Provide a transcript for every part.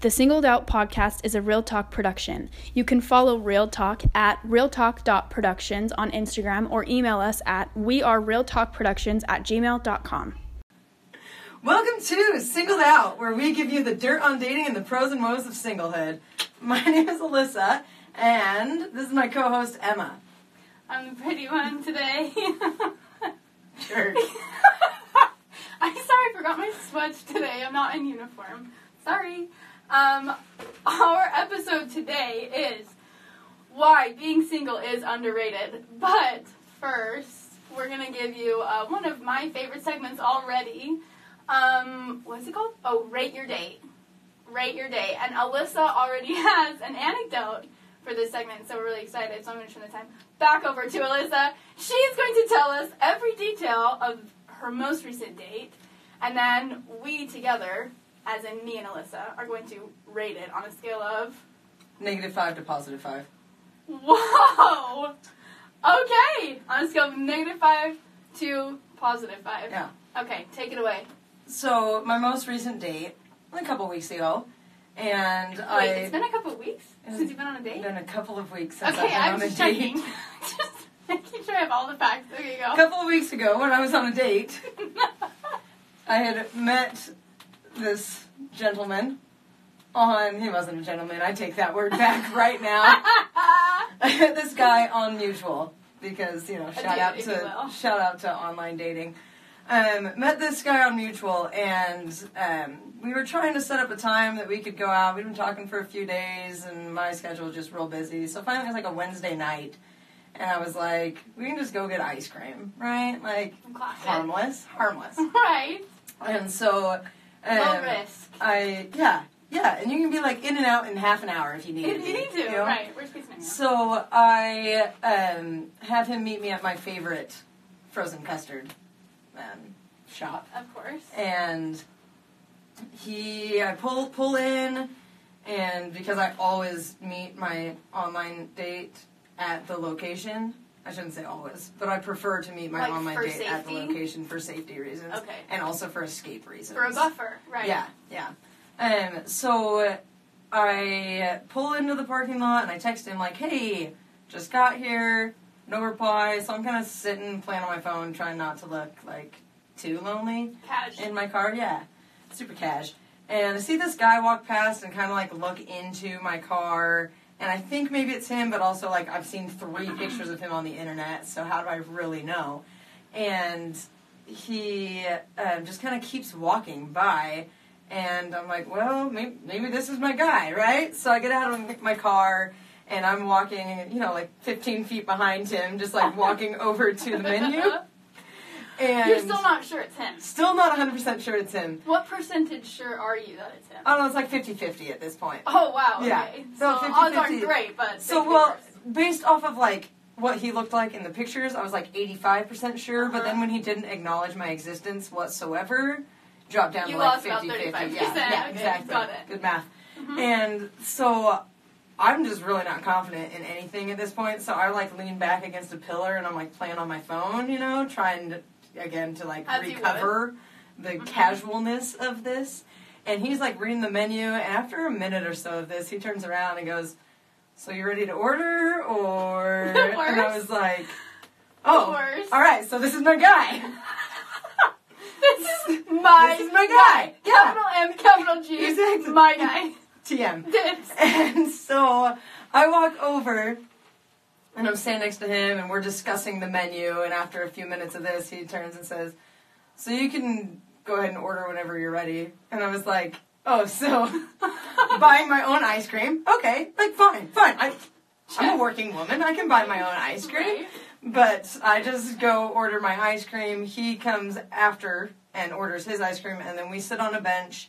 The Singled Out podcast is a Real Talk production. You can follow Real Talk at realtalk.productions on Instagram or email us at wearerealtalkproductions at gmail.com. Welcome to Singled Out, where we give you the dirt on dating and the pros and woes of singlehood. My name is Alyssa, and this is my co-host Emma. I'm the pretty one today. Sure. I'm sorry, I forgot my smudge today. I'm not in uniform. Sorry. Um, our episode today is why being single is underrated. But first, we're gonna give you uh, one of my favorite segments already. Um, what's it called? Oh, rate your date. Rate your date. And Alyssa already has an anecdote for this segment, so we're really excited. So I'm gonna turn the time back over to Alyssa. She's going to tell us every detail of her most recent date, and then we together, as in me and Alyssa, are going to rate it on a scale of Negative five to positive five. whoa. Okay, on a scale of negative five to positive five. Yeah. Okay, take it away. So my most recent date, a couple weeks ago, and Wait, I it's been a couple weeks Yeah. since you've been on a date. been a couple of weeks since Okay, I've I'm been on a just checking. date. just making sure I have all the facts. There you A go. couple of weeks ago, when I was on a date, I had met this gentleman. On he wasn't a gentleman. I take that word back right now. Uh, this guy on Mutual because you know shout dude, out if you to will. shout out to online dating. Um, met this guy on Mutual and um, we were trying to set up a time that we could go out. We'd been talking for a few days and my schedule was just real busy. So finally it was like a Wednesday night and I was like, we can just go get ice cream, right? Like Classic. harmless, harmless. Right. and so Low um, risk. I yeah yeah, and you can be like in and out in half an hour if you need If to. you need to. you know? Right. Worst case scenario. So I um, have him meet me at my favorite frozen custard um, shop, Of course. and he I pull pull in, and because I always meet my online date at the location. I shouldn't say always, but I prefer to meet my Like, online for date at the safety? location for safety reasons, Okay. and also for escape reasons. For a buffer. Right. Yeah, yeah. Um, so I pull into the parking lot and I text him like, "Hey, just got here, no reply." So I'm kind of sitting, playing on my phone, trying not to look like too lonely Cash. in my car. Yeah, super cash. And I see this guy walk past and kind of like look into my car. And I think maybe it's him, but also like I've seen three pictures of him on the internet, so how do I really know? And he um, just kind of keeps walking by, and I'm like, well, maybe, maybe this is my guy, right? So I get out of my car. And I'm walking, you know, like 15 feet behind him, just like walking over to the menu. And You're still not sure it's him. Still not 100% sure it's him. What percentage sure are you that it's him? I don't know, it's like 50 50 at this point. oh wow. Uh, yeah. Okay. So So, 50-50. odds aren't great, but So, they well, could based off of like what he looked like in the pictures, I was like 85% sure, but Uh-huh. then when he didn't acknowledge my existence whatsoever, dropped down You to like lost about 50 50. 35%. Yeah, yeah Okay, exactly. got it. Good math. Mhm. And so. I'm just really not confident in anything at this point, so I like lean back against a pillar and I'm like playing on my phone, you know, trying to, again to like As you would. recover the Mhm. casualness of this. And he's like reading the menu, and after a minute or so of this, he turns around and goes, "So you ready to order?" Or The and I worst. was like, The "Oh, worst. all right, so this is my guy." this is my This is my guy. Yeah. Capital M, capital G. Exactly. My guy. TM. This. And so I walk over and I'm standing next to him and we're discussing the menu. And after a few minutes of this, he turns and says, So you can go ahead and order whenever you're ready. And I was like, Oh, so buying my own ice cream? Okay, like, fine, fine. I, I'm a working woman, I can buy my own ice cream. Right. But I just go order my ice cream. He comes after and orders his ice cream, and then we sit on a bench.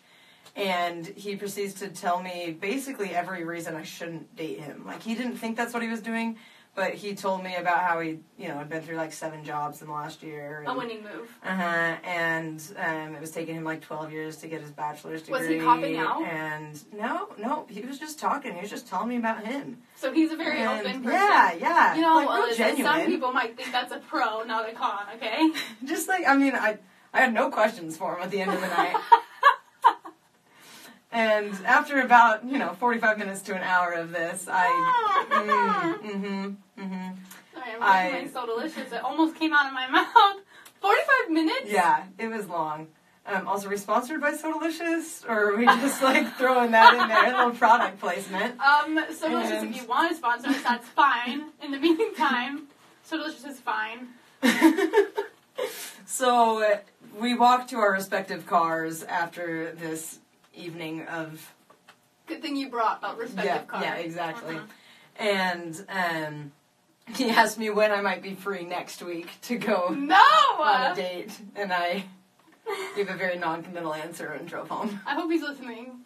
And he proceeds to tell me basically every reason I shouldn't date him. Like he didn't think that's what he was doing, but he told me about how he, you know, had been through like seven jobs in the last year. A winning move. Uh huh. And um, it was taking him like twelve years to get his bachelor's degree. Was he copping out? And no, no, he was just talking. He was just telling me about him. So he's a very And- open person. Yeah, yeah. You know, like, real Alyssa, genuine. some people might think that's a pro, not a con. Okay. just like I mean, I I had no questions for him at the end of the night. And after about, you know, 45 minutes to an hour of this, I. Mm, hmm hmm Sorry, I'm I- making mine so delicious. It almost came out of my mouth. 45 minutes? Yeah, it was long. Um, also, are we sponsored by So Delicious? Or are we just like throwing that in there? A little product placement. Um, so delicious. And- If you want to sponsor us, that's fine. In the meantime, so delicious is fine. so uh, we walked to our respective cars after this evening of. Good thing you brought about respective yeah, cars. yeah, exactly. Uh-huh. And um, he asked me when I might be free next week to go No. on a date. And I gave a very non committal answer and drove home. Uh, I hope he's listening.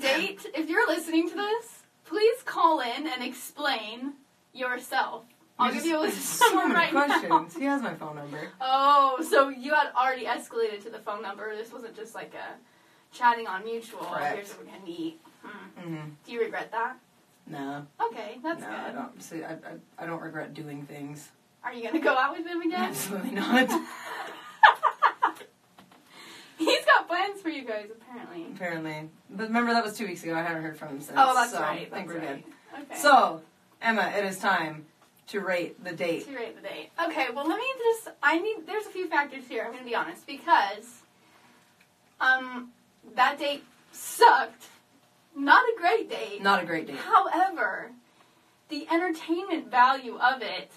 Date, if you're listening to this, please call in and explain yourself. I'll You're give you a just- list of so them many right now. questions. He has my phone number. Oh, so you had already escalated to the phone number. This wasn't just like a chatting on mutual. Correct. Here's what we're gonna meet. Hmm. Mm-hmm. Do you regret that? No. Okay, that's no, I good. don't. See, I, I, I don't regret doing things. Are you gonna go out with him again? Absolutely not. He's got plans for you guys, apparently. Apparently, but remember that was two weeks ago. I haven't heard from him since. Oh, that's so right. I think that's we're right. Okay. good. So, Emma, it is time to rate the date. to rate the date. Okay, well let me just I need there's a few factors here, I'm gonna be honest, because um that date sucked. Not a great date. Not a great date. However, the entertainment value of it,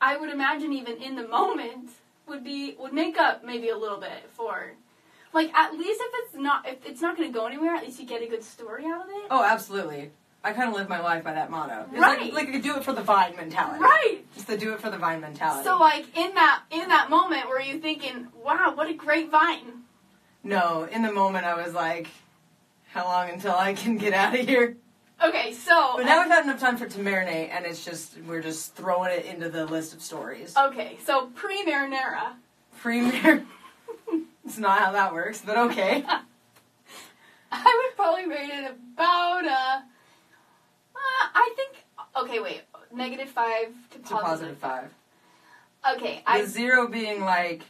I would imagine even in the moment, would be would make up maybe a little bit for like at least if it's not if it's not gonna go anywhere, at least you get a good story out of it. Oh, absolutely. I kind of live my life by that motto. It's Right. Like, like a do it for the vine mentality. Right. Just the do it for the vine mentality. So like in that in that moment where you are thinking, wow, what a great vine. no, in the moment I was like, how long until I can get out of here? Okay, so But now we've had enough time for it to marinate, and it's just we're just throwing it into the list of stories. okay, so pre marinara. Premier. it's not how that works, but okay. I would probably rate it about a. Uh, I think okay, wait, negative five to It's a positive positive. five. Okay, The I zero being like,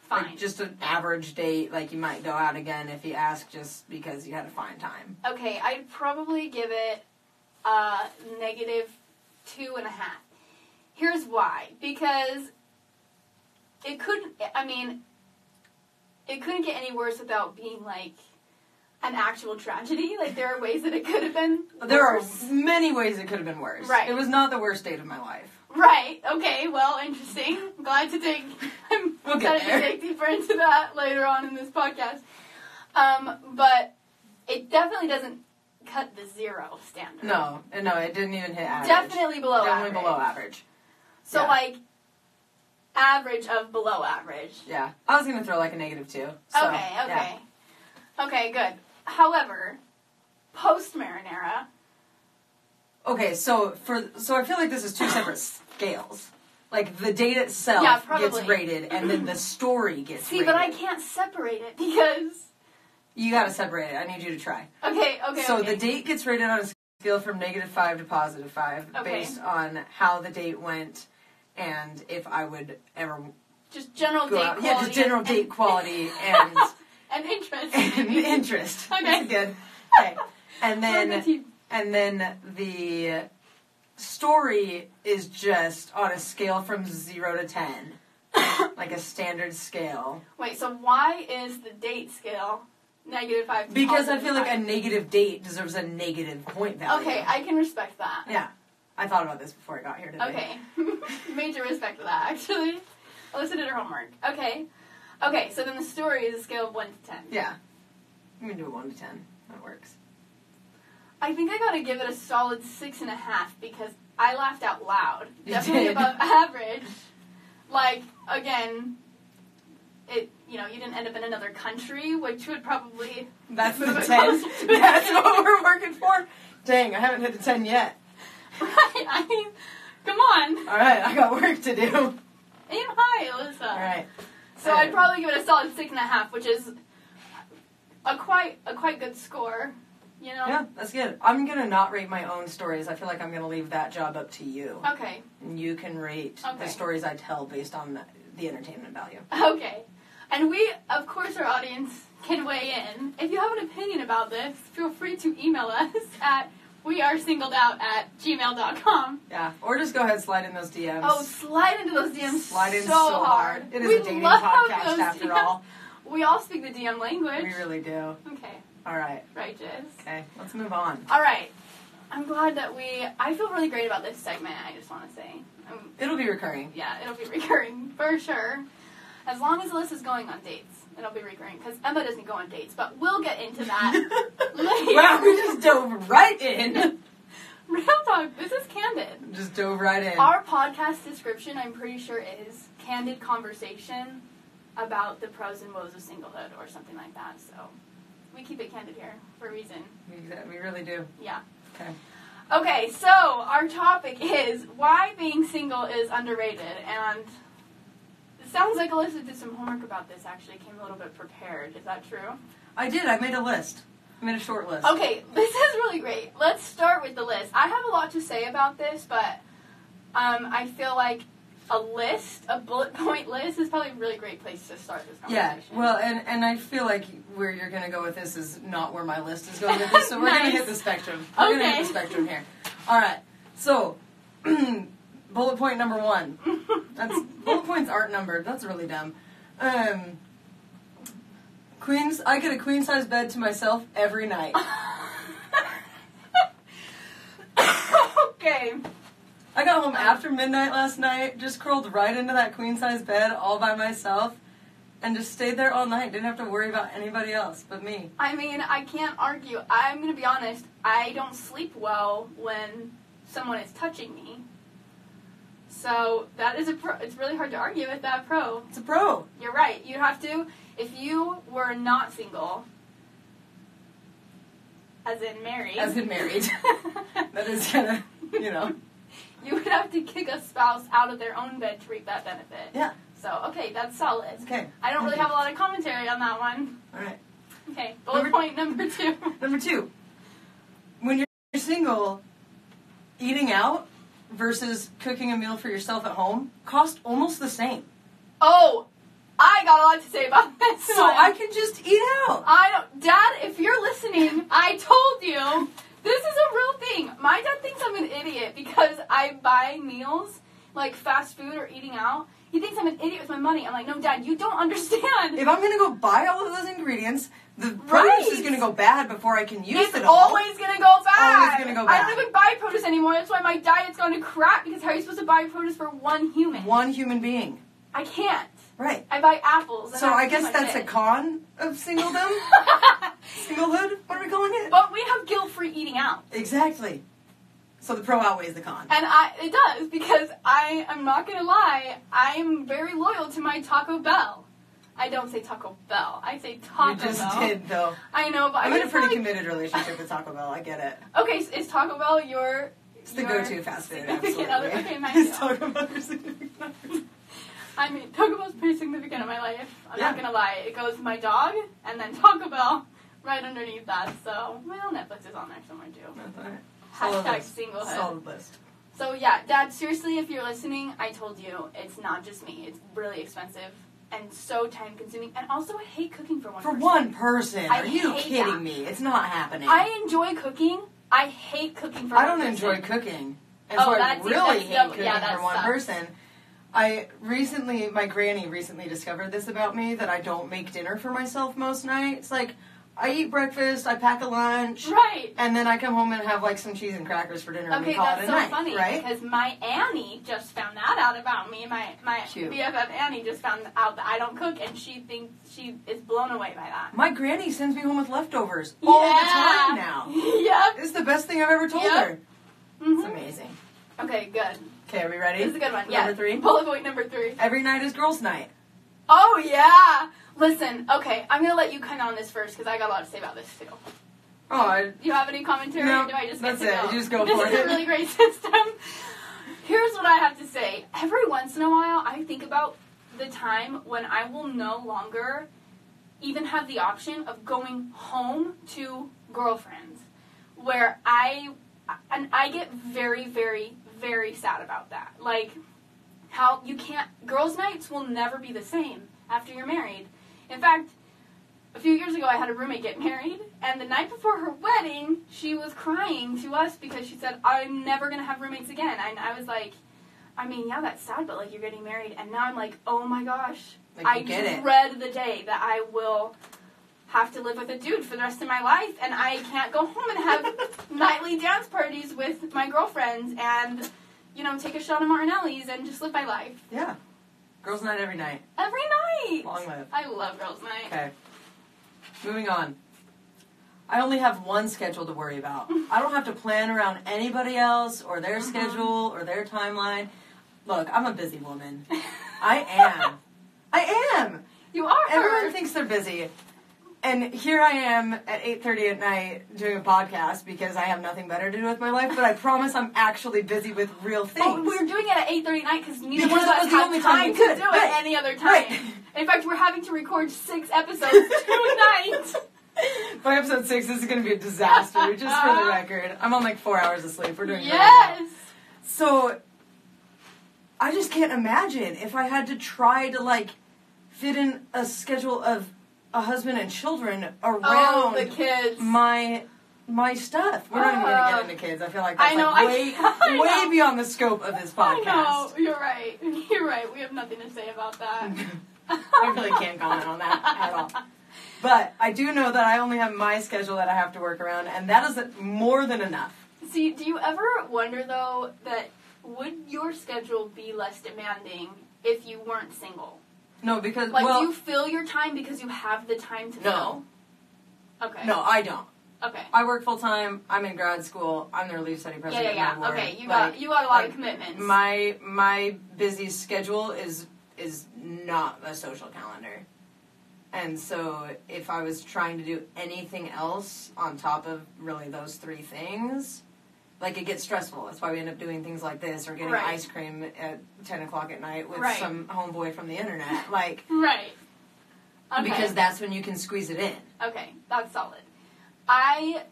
fine. like just an average date, like you might go out again if you ask, just because you had a fine time. okay, I'd probably give it uh negative two and a half. Here's why. Because it couldn't I mean it couldn't get any worse without being like an actual tragedy. Like there are ways that it could have been. There are worse. many ways it could have been worse. Right. It was not the worst date of my life. Right. Okay. Well, interesting. Glad to dig. I'm We'll get excited there. to dig deeper into that later on in this podcast. Um, but it definitely doesn't cut the zero standard. No, and no, it didn't even hit average. Definitely below Definitely average. below average. So yeah. like average of below average. Yeah, I was gonna throw like a negative two. So, okay. yeah. Okay. Okay. Good. However, post marinara. Okay, so for so I feel like this is two separate scales. Like the date itself Yeah, gets probably. rated, and then the story gets. See, but I rated. can't separate it because. You gotta separate it. I need you to try. Okay. Okay. so okay. the date gets rated on a scale from negative five to positive five, Okay. based on how the date went, and if I would ever just general go date out. quality. Yeah, just general and- date quality and, and interest. and interest. Okay. That's good. Okay, and then and then the story is just on a scale from zero to ten, like a standard scale. Wait, so why is the date scale negative five? to Because I positive feel like a five? negative date deserves a negative point value. Okay, I can respect that. yeah, I thought about this before I got here today. Okay, major respect for that. Actually, Alyssa did her homework. Okay, okay. So then the story is a scale of one to ten. Yeah. I'm gonna do a one to ten. That works. I think I gotta give it a solid six and a half because I laughed out loud. You Definitely did. above average. Like again, it you know you didn't end up in another country, which would probably That's the Move it ten. closer to That's the what we're working for. Dang, I haven't hit the ten yet. right. I mean, come on, aim All right, I got work to do. high, Alyssa. All right. uh, So I'd probably give it a solid six and a half, which is a quite a quite good score. You know. Yeah, that's good. I'm gonna not rate my own stories. I feel like I'm gonna leave that job up to you. Okay. And you can rate the Okay. stories I tell based on the, the entertainment value. Okay. And we, of course, our audience can weigh in. If you have an opinion about this, feel free to email us at wearesingledout at gmail.com. Yeah, or just go ahead and slide in those DMs. Oh, slide into those DMs slide in so hard. It is we a dating love podcast those after DMs. all. We all speak the DM language. We really do. okay, All right. right, Jizz. Okay, let's move on. All right. I'm glad that we. I feel really great about this segment. I just want to say, um, It'll be recurring. yeah, it'll be recurring for sure. As long as Alyssa's going on dates, it'll be recurring because Emma doesn't go on dates. But we'll get into that. later. wow, we just dove right in. Real talk. This is candid. Just dove right in. Our podcast description, I'm pretty sure, is candid conversation about the pros and woes of singlehood or something like that. So we keep it candid here for a reason. We exa- we really do. Yeah. Okay. Okay, so our topic is why being single is underrated. And it sounds like Alyssa did some homework about this actually, came a little bit prepared. Is that true? I did. I made a list. I made a short list. Okay, this is really great. Let's start with the list. I have a lot to say about this, but um, I feel like a list, a bullet point list, is probably a really great place to start this Yeah. conversation. Well, and and I feel like where you're gonna go with this is not where my list is going with this. So we're gonna Nice. hit the spectrum. We're gonna hit Okay. the spectrum here. All right. So, bullet point number one. That's bullet points aren't numbered. That's really dumb. Um, queens. I get a queen size bed to myself every night. okay. I got home after midnight last night, just curled right into that queen size bed all by myself, and just stayed there all night. Didn't have to worry about anybody else but me. I mean, I can't argue. I'm gonna be honest. I don't sleep well when someone is touching me. So that is a pro. It's really hard to argue with that pro. It's a pro. You're right. You'd have to, if you were not single, as in married. As in married. That is kind of, you know. You would have to kick a spouse out of their own bed to reap that benefit. Yeah. So, okay, that's solid. Okay. I don't really have a lot of commentary on that one. All right. Okay, bullet Number- point number two. Number two. When you're single, eating out versus cooking a meal for yourself at home cost almost the same. Oh, I got a lot to say about this. So one. I can just eat out. I don't, Dad. If you're listening, I told you this is a real thing. My dad thinks I'm an idiot because I buy meals like fast food or eating out. He thinks I'm an idiot with my money. I'm like, no, Dad, you don't understand. If I'm gonna go buy all of those ingredients, the produce is Right. gonna go bad before I can use it's it all. always gonna go bad. always gonna go I bad. don't even buy produce anymore. That's why my diet's gone to crap because how are you supposed to buy produce for one human? one human being. I can't. Right. I buy apples. And So I pretty guess much that's a it. con of singledom. Singlehood? What are we calling it? but we have guilt-free eating out. Exactly. So the pro outweighs the con. And I, it does because I am not gonna lie. I am very loyal to my Taco Bell. I don't say Taco Bell. I say Taco you just Bell. did though. I know, but I'm in I a just pretty like, committed relationship with Taco Bell. I get it. Okay, so is Taco Bell your? It's the your go-to fast food. Absolutely. significant other? Okay, my It's deal. Taco Bell for significant others. I mean, Taco Bell's pretty significant in my life. I'm not Yeah. gonna lie. It goes my dog and then Taco Bell right underneath that. So well, Netflix is on there somewhere too. Solid Hashtag list. singlehood. Solid list. So yeah, Dad, seriously, if you're listening, I told you it's not just me. It's really expensive and so time consuming, and also I hate cooking for one. For person. one person, I are you hate kidding that. me? It's not happening. I enjoy cooking. I hate cooking for. I one don't person. enjoy cooking. And Oh, so I that's- really that's hate double- cooking yeah, that for one sucks. person. I recently, my granny recently discovered this about me that I don't make dinner for myself most nights. Like, I eat breakfast, I pack a lunch, Right. and then I come home and have like some cheese and crackers for dinner and we Okay, call that's it a so night, funny right? because my Annie just found that out about me. My my Cute. BFF Annie just found out that I don't cook, and she thinks she is blown away by that. My granny sends me home with leftovers all the time now. yep. It's the best thing I've ever told Yep. her. It's Mhm. amazing. Okay, good. Okay, are we ready? This is a good one. Number yeah. three. Bullet point number three. Every night is girls' night. Oh yeah. Listen, okay, I'm gonna let you kind of on this first because I got a lot to say about this too. Oh, I, Do you have any commentary? No, or do I just that's get it. to Go? You just go this for is it. a really great system. Here's what I have to say. Every once in a while, I think about the time when I will no longer even have the option of going home to girlfriends, where I and I get very, very, very sad about that. Like how you can't girls' nights will never be the same after you're married. In fact, a few years ago, I had a roommate get married, and the night before her wedding, she was crying to us because she said, "I'm never gonna have roommates again." And I was like, "I mean, yeah, that's sad, but like you're getting married," and now I'm like, "Oh my gosh, Like, I you get it. dread the day that I will." Have to live with a dude for the rest of my life, and I can't go home and have nightly dance parties with my girlfriends, and you know, take a shot of Martinelli's and just live my life Yeah. Girls' night every night. every night. Long live. I love girls' night. Okay. Moving on. I only have one schedule to worry about. I don't have to plan around anybody else or their Mhm. schedule or their timeline. Look, I'm a busy woman. I am. I am. You are. Everyone thinks they're busy. And here I am at 8:30 at night doing a podcast because I have nothing better to do with my life, but I promise I'm actually busy with real things. Oh, we were doing it at 8.30 at night because neither Because one of that us was the had only time, time we to could. do Right. it any other time. Right. In fact, we're having to record six episodes tonight. By episode 6 this is going to be a disaster just for the record. I'm on like 4 hours of sleep. We're doing great. yes. So I just can't imagine if I had to try to like fit in a schedule of a husband and children around Oh, the kids. my my stuff. We're not even gonna Uh, get into kids. I feel like that's I know, like I- way I way know. beyond the scope of this I know. podcast. You're right. You're right. We have nothing to say about that. I really can't comment on that at all. But I do know that I only have my schedule that I have to work around, and that is more than enough. See, do you ever wonder, though, that would your schedule be less demanding if you weren't single? No, because Like, well, do you fill your time because you have the time to No. fill? Okay. no, I don't. Okay. I work full time. I'm in grad school. I'm the relief study Yeah, president. of yeah, my yeah. ward. Okay, you Like, got you got a lot like, of commitments. my my busy schedule is is not a social calendar and so if i was trying to do anything else on top of really those three things like it gets stressful that's why we end up doing things like this or getting Right. ice cream at 10 o'clock at night with Right. some homeboy from the internet like Right. Okay. because that's when you can squeeze it in okay, that's solid. I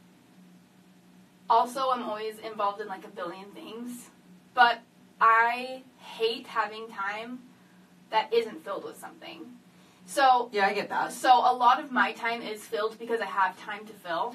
also am always involved in like a billion things, but I hate having time that isn't filled with something. So yeah i get that so a lot of my time is filled because I have time to fill.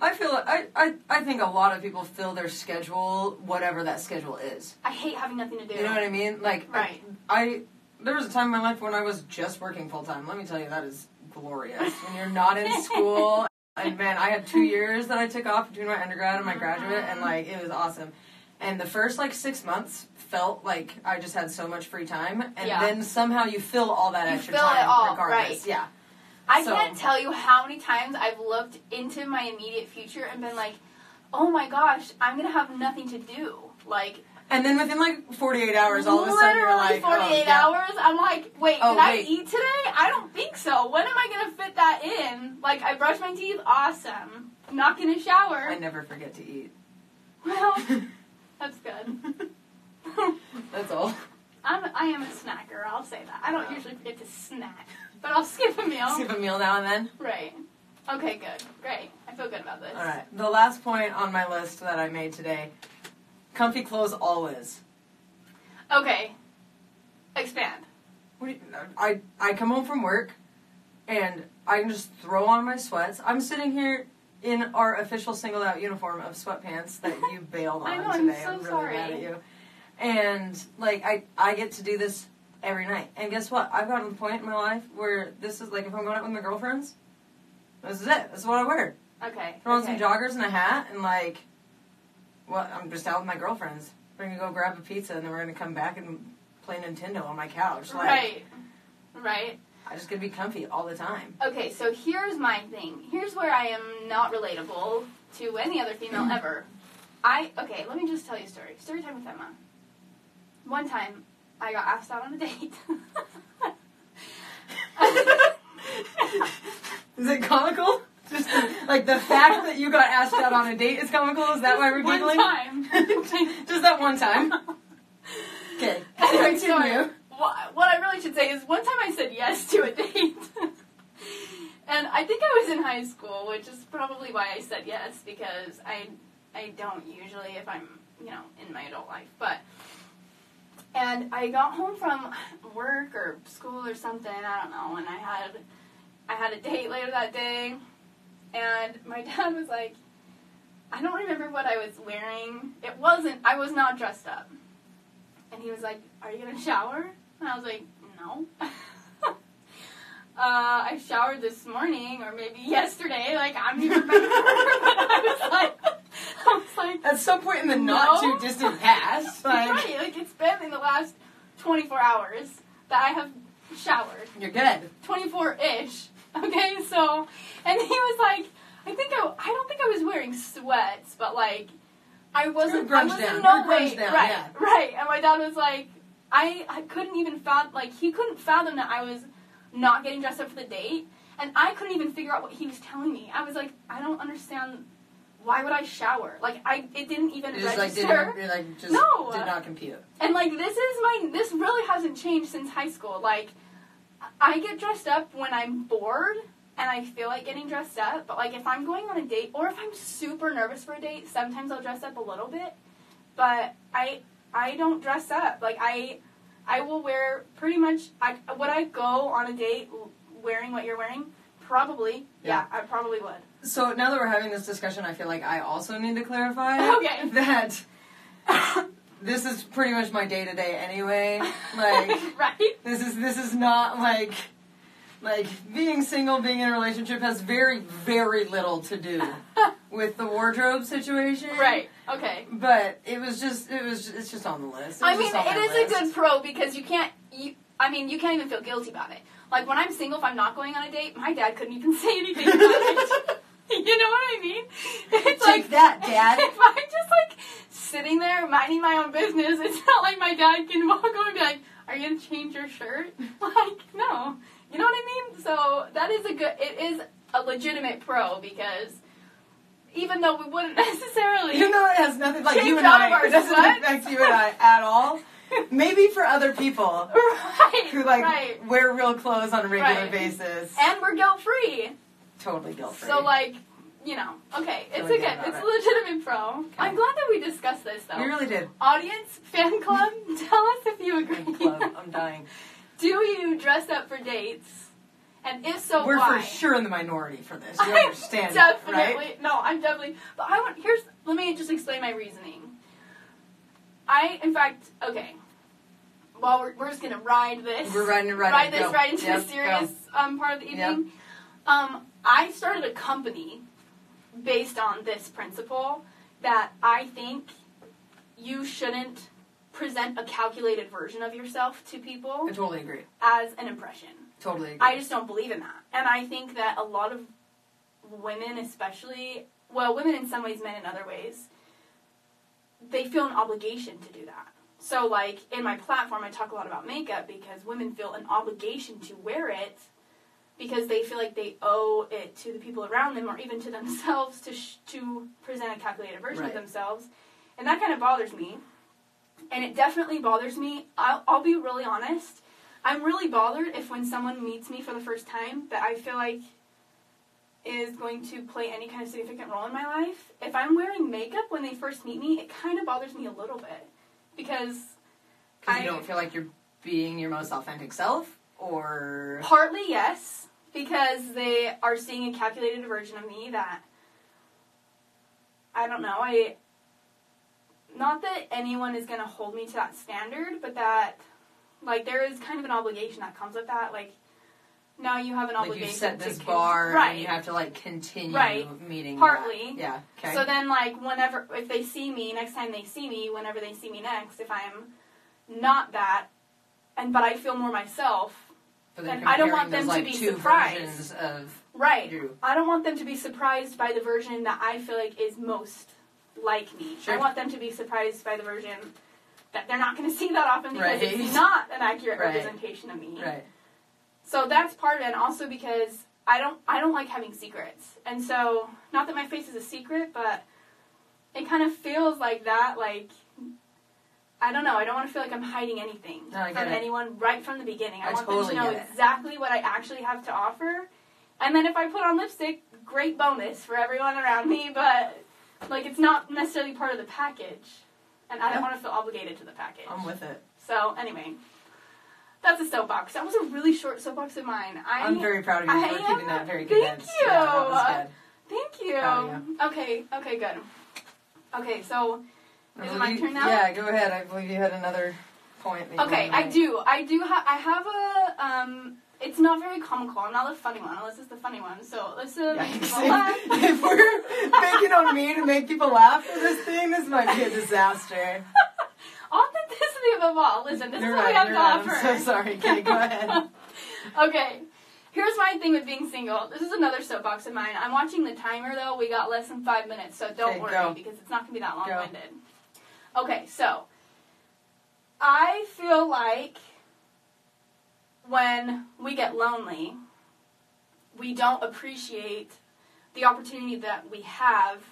i feel I, I i think a lot of people fill their schedule whatever that schedule is I hate having nothing to do. you know what i mean like I- Right. I there was a time in my life when I was just working full time. Let me tell you, that is glorious. When you're not in school, and man, I had two years that I took off between my undergrad and my graduate, Uh-huh. and like it was awesome. And the first like six months felt like I just had so much free time, and Yeah. then somehow you fill all that You extra fill it time, all, regardless. right. Yeah, I So- can't tell you how many times I've looked into my immediate future and been like, oh my gosh, I'm gonna have nothing to do. Like, and then within like 48 hours, all of a sudden you're literally like, 48 oh, yeah. hours, I'm like, wait, Oh, did wait. I eat today? I don't think so. When am I gonna fit that in? Like, I brushed my teeth, awesome. Not gonna I shower. never forget to eat. Well, that's good. That's all. I'm, I am a snacker, I'll say that. I don't Wow. usually forget to snack, but I'll skip a meal. Skip a meal now and then. Right. Okay, good. Great. I feel good about this. All right. The last point on my list that I made today: comfy clothes always. Okay. Expand. What do you- I I come home from work, and I can just throw on my sweats. I'm sitting here in our official singled out uniform of sweatpants that you bailed on I know, I'm today. so really sorry. mad at you. And like I I get to do this every night. And guess what? I've gotten to the point in my life where this is like if I'm going out with my girlfriends, this is it. This is what I wear. Okay. Throw on okay. some joggers and a hat and like, well, I'm just out with my girlfriends. We're gonna go grab a pizza and then we're gonna come back and play Nintendo on my couch. Like, Right. Right. I just gonna be comfy all the time. Okay, so here's my thing. Here's where I am not relatable to any other female ever. I okay, let me just tell you a story. Story time with Emma. One time I got asked out on a date. Is it comical? Just like the fact that you got asked out on a date is comical. Is that why we're giggling? One time. just that one time. Okay. Anyway, Continue. sorry. What, what I really should say is one time I said yes to a date. and I think I was in high school, which is probably why I said yes because I I don't usually if I'm, you know, in my adult life, but and I got home from work or school or something, I don't know, and I had I had a date later that day, and my dad was like, I don't remember what I was wearing. It wasn't, I was not dressed up. And he was like, Are you gonna shower? And I was like, No. uh, I showered this morning, or maybe yesterday. Like, I'm even remember. but I was like, I was like, At some point in the not too distant past, like right, like it's been in the last 24 hours that I have showered. you're good. 24 ish. Okay, so, and he was like, I think I, I don't think I was wearing sweats, but like, I wasn't, You're grunged I was down. in no You're grunged way, down, right, yeah. right. And my dad was like, I, I couldn't even fathom, like, he couldn't fathom that I was not getting dressed up for the date, and I couldn't even figure out what he was telling me. I was like, I don't understand. Why would I shower? Like I, it didn't even You just like register. didn't, you're like just No. did not compute. And like this is my this really hasn't changed since high school. Like I get dressed up when I'm bored and I feel like getting dressed up, but like if I'm going on a date or if I'm super nervous for a date, sometimes I'll dress up a little bit. But I I don't dress up. Like I I will wear pretty much I would I go on a date wearing what you're wearing? Probably. Yeah, I probably would. So now that we're having this discussion, I feel like I also need to clarify Okay. that this is pretty much my day to day anyway. Like right? this is this is not like like being single, being in a relationship has very very little to do with the wardrobe situation. Right. Okay. But it was just it was it's just on the list. It I was mean, just on my it is a list. good pro because you can't. You, I mean, you can't even feel guilty about it. Like when I'm single, if I'm not going on a date, my dad couldn't even say anything about it. you know what I mean? It's Take like that, Dad. If I'm just like sitting there minding my own business, it's not like my dad can walk over and be like, "Are you gonna change your shirt?" Like, no. You know what I mean? So that is a good. It is a legitimate pro because even though we wouldn't necessarily, Even though it has nothing like you Change and out I, of our it doesn't sweat? affect you and I at all. Maybe for other people right? who like right. wear real clothes on a regular Right. basis. and we're guilt free. totally guilt free. So like, you know, okay, it's Feeling a good good, about it's it. a legitimate pro. I'm glad that we discussed this though. we really did. Audience, fan club, tell us if you agree. Good club. I'm dying. Do you dress up for dates? And if so, We're why? for sure in the minority for this. You I'm understand, that, definitely right? no. I'm definitely. But I want here's. Let me just explain my reasoning. I in fact okay. Well, we're, we're just gonna ride this. We're riding it right ride in. this Go. right into Yep, the serious go. um, part of the Yep. evening. Um, I started a company based on this principle that I think you shouldn't present a calculated version of yourself to people I totally agree. as an impression. Totally agree. I just don't believe in that. And I think that a lot of women, especially, well, women in some ways, men in other ways, they feel an obligation to do that. So, like, in my platform, I talk a lot about makeup because women feel an obligation to wear it because they feel like they owe it to the people around them or even to themselves to, sh- to present a calculated version Right. of themselves. And that kind of bothers me. And it definitely bothers me. I'll, I'll be really honest. I'm really bothered if when someone meets me for the first time that I feel like is going to play any kind of significant role in my life. If I'm wearing makeup when they first meet me, it kind of bothers me a little bit because 'Cause I- you don't feel like you're being your most authentic self, or partly yes because they are seeing a calculated version of me that I don't know. I not that anyone is going to hold me to that standard, but that like there is kind of an obligation that comes with that like now you have an like obligation you set to this con- bar, right and you have to like continue Right. meeting. Partly. That. Yeah. Okay. So then, like, whenever, if they see me, next time they see me, whenever they see me next, if I'm not that, and but I feel more myself, But then and I don't want comparing them to those, be like, two surprised. versions of right? you. I don't want them to be surprised by the version that I feel like is most like me. Sure. I want them to be surprised by the version that they're not going to see that often because Right. it's not an accurate Right. representation of me. Right. So that's part of it, and also because I don't I don't like having secrets, and so not that my face is a secret, but it kind of feels like that. Like I don't know. I don't want to feel like I'm hiding anything No, I get from it. anyone right from the beginning. I, I want totally them to know get it. exactly what I actually have to offer, and then if I put on lipstick, great bonus for everyone around me. But like it's not necessarily part of the package, and I Yeah. don't want to feel obligated to the package. I'm with it. So anyway, That's a soapbox. That was a really short soapbox of mine. I, I'm very proud of you I for am- keeping that very thank condensed. you. Yeah, that was Thank you. Oh, Okay. Okay. Good. Okay. So good. Is I it my believe- turn now? Yeah, go ahead. I believe you had another point. that you okay, wanted to I make. do. I do. Ha- I have a. Um, it's not very comical. I'm not the funny one. Unless it's the funny one. So let's uh, make people laugh. Yikes. if, if we're banking on me to make people laugh for this thing, this might be a disaster. Authenticity above all. Listen, this you're is what we right. have You're to right. offer. I'm so sorry. Okay, go ahead. okay. Here's my thing with being single. This is another soapbox of mine. I'm watching the timer though. We got less than five minutes, so don't Okay, worry go. because it's not gonna be that long winded. Okay, so I feel like when we get lonely, we don't appreciate the opportunity that we have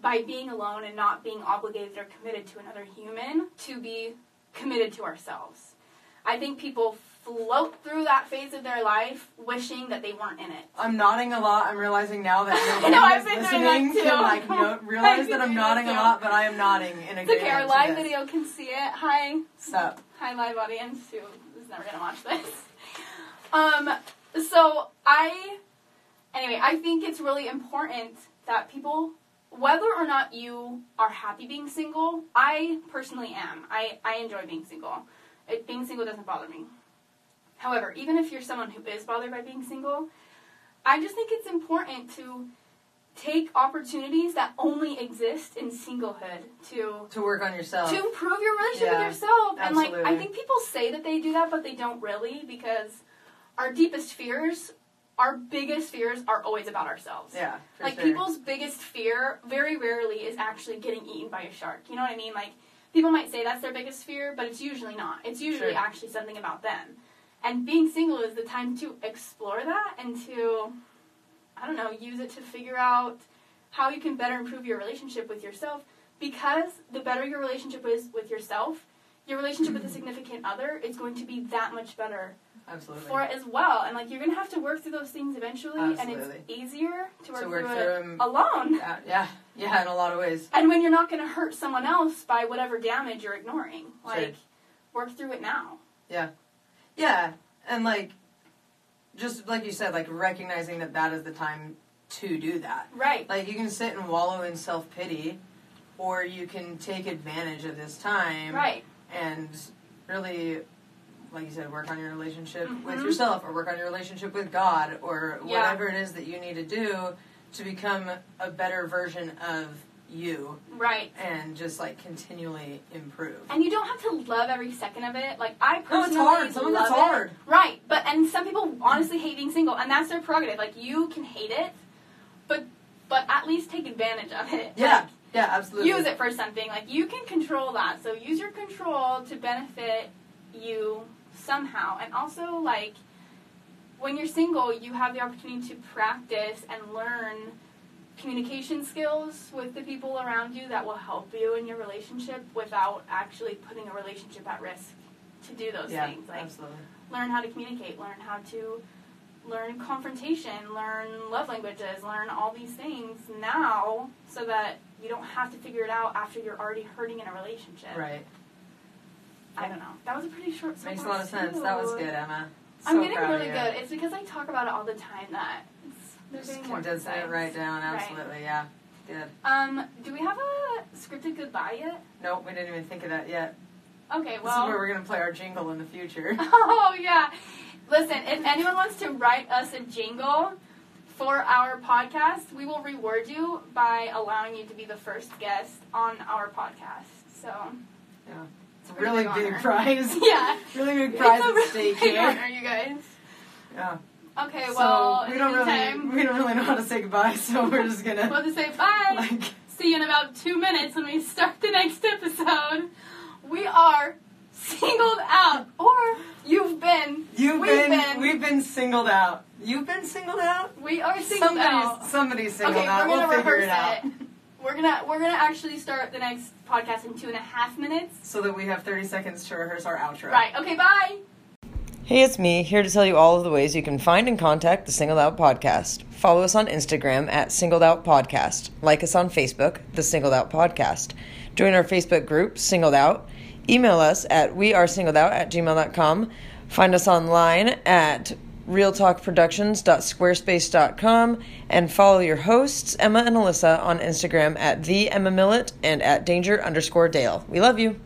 by being alone and not being obligated or committed to another human to be committed to ourselves. I think people float through that phase of their life wishing that they weren't in it. I'm nodding a lot. I'm realizing now that I know, nobody I've is been doing that listening too. can like no, realize I've been that I'm doing nodding that a too. lot, but I am nodding in It's okay, agreement. our to live this. video can see it. Hi, Sup? hi, live audience who is never gonna watch this. Um, so I, anyway, I think it's really important that people, whether or not you are happy being single, I personally am. I I enjoy being single. It, being single doesn't bother me. However, even if you're someone who is bothered by being single, I just think it's important to take opportunities that only exist in singlehood to To work on yourself. to improve your relationship Yeah, with yourself. And like I absolutely. think people say that they do that, but they don't really because our deepest fears, our biggest fears are always about ourselves. yeah. For like sure. people's biggest fear very rarely is actually getting eaten by a shark. You know what I mean? Like people might say that's their biggest fear, but it's usually not. It's usually Sure. actually something about them. And being single is the time to explore that and to I don't know, use it to figure out how you can better improve your relationship with yourself because the better your relationship is with yourself, your relationship with a significant other is going to be that much better absolutely for it as well. And like you're gonna have to work through those things eventually, and it's Absolutely. easier to work, to work through, through it 'em. alone. Yeah, yeah, yeah, in a lot of ways. And when you're not gonna hurt someone else by whatever damage you're ignoring, like work through it now. Yeah, and like, just like you said, like recognizing that that is the time to do that. Right. Like you can sit and wallow in self pity, or you can take advantage of this time Right. and really, like you said, work on your relationship with Mhm. yourself, or work on your relationship with God, or Yeah. whatever it is that you need to do to become a better version of you, Right. and just like continually improve. And you don't have to love every second of it. Like I No, it's personally hard. Some of love it's it. hard. Right, but and some people honestly hate being single, and that's their prerogative. Like you can hate it, but but at least take advantage of it. Yeah, yeah, Like, absolutely. use it for something. Like you can control that, so use your control to benefit you somehow. And also, like when you're single, you have the opportunity to practice and learn communication skills with the people around you that will help you in your relationship without actually putting a relationship at risk to do those yeah, things. Like absolutely. learn how to communicate, learn how to learn confrontation, learn love languages, learn all these things now so that you don't have to figure it out after you're already hurting in a relationship. Right. I don't know. That was a pretty short Makes a lot of soapbox, sense. too. That was good, Emma. I'm So getting proud of really you. good. It's because I talk about it all the time that it's there's Just being more condensing it concise. right down. Right. Absolutely, yeah. Good. Um, do we have a scripted goodbye yet? Nope, we didn't even think of that yet. Okay, this is well where we're gonna play our jingle in the future. Oh yeah. Listen, if anyone wants to write us a jingle for our podcast, we will reward you by allowing you to be the first guest on our podcast. So It's it's a a really pretty big honor. prize. Yeah. Really big It's prize a at really stake big here. honor, you guys. Yeah. Okay, well, so we don't in the really meantime, we don't really know how to say goodbye, so we're just we'll gonna just say bye. like See you in about two minutes when we start the next episode. We are singled out, or you've been. you've We've been, been- we've been singled out. You've been singled out? We are singled Somebody's out. somebody's singled Okay, out. we're gonna we'll figure it rehearse out. it. We're gonna we're gonna actually start the next podcast in two and a half minutes. So that we have thirty seconds to rehearse our outro. Right. Okay. Bye. Hey, it's me, here to tell you all of the ways you can find and contact the Singled Out Podcast. Follow us on Instagram at Singled Out Podcast. Like us on Facebook, The Singled Out Podcast. Join our Facebook group, Singled Out. Email us at wearesingledout at gmail.com. Find us online at realtalkproductions.squarespace.com and follow your hosts, Emma and Alyssa, on Instagram at the Emma Millet and at danger underscore Dale. We love you.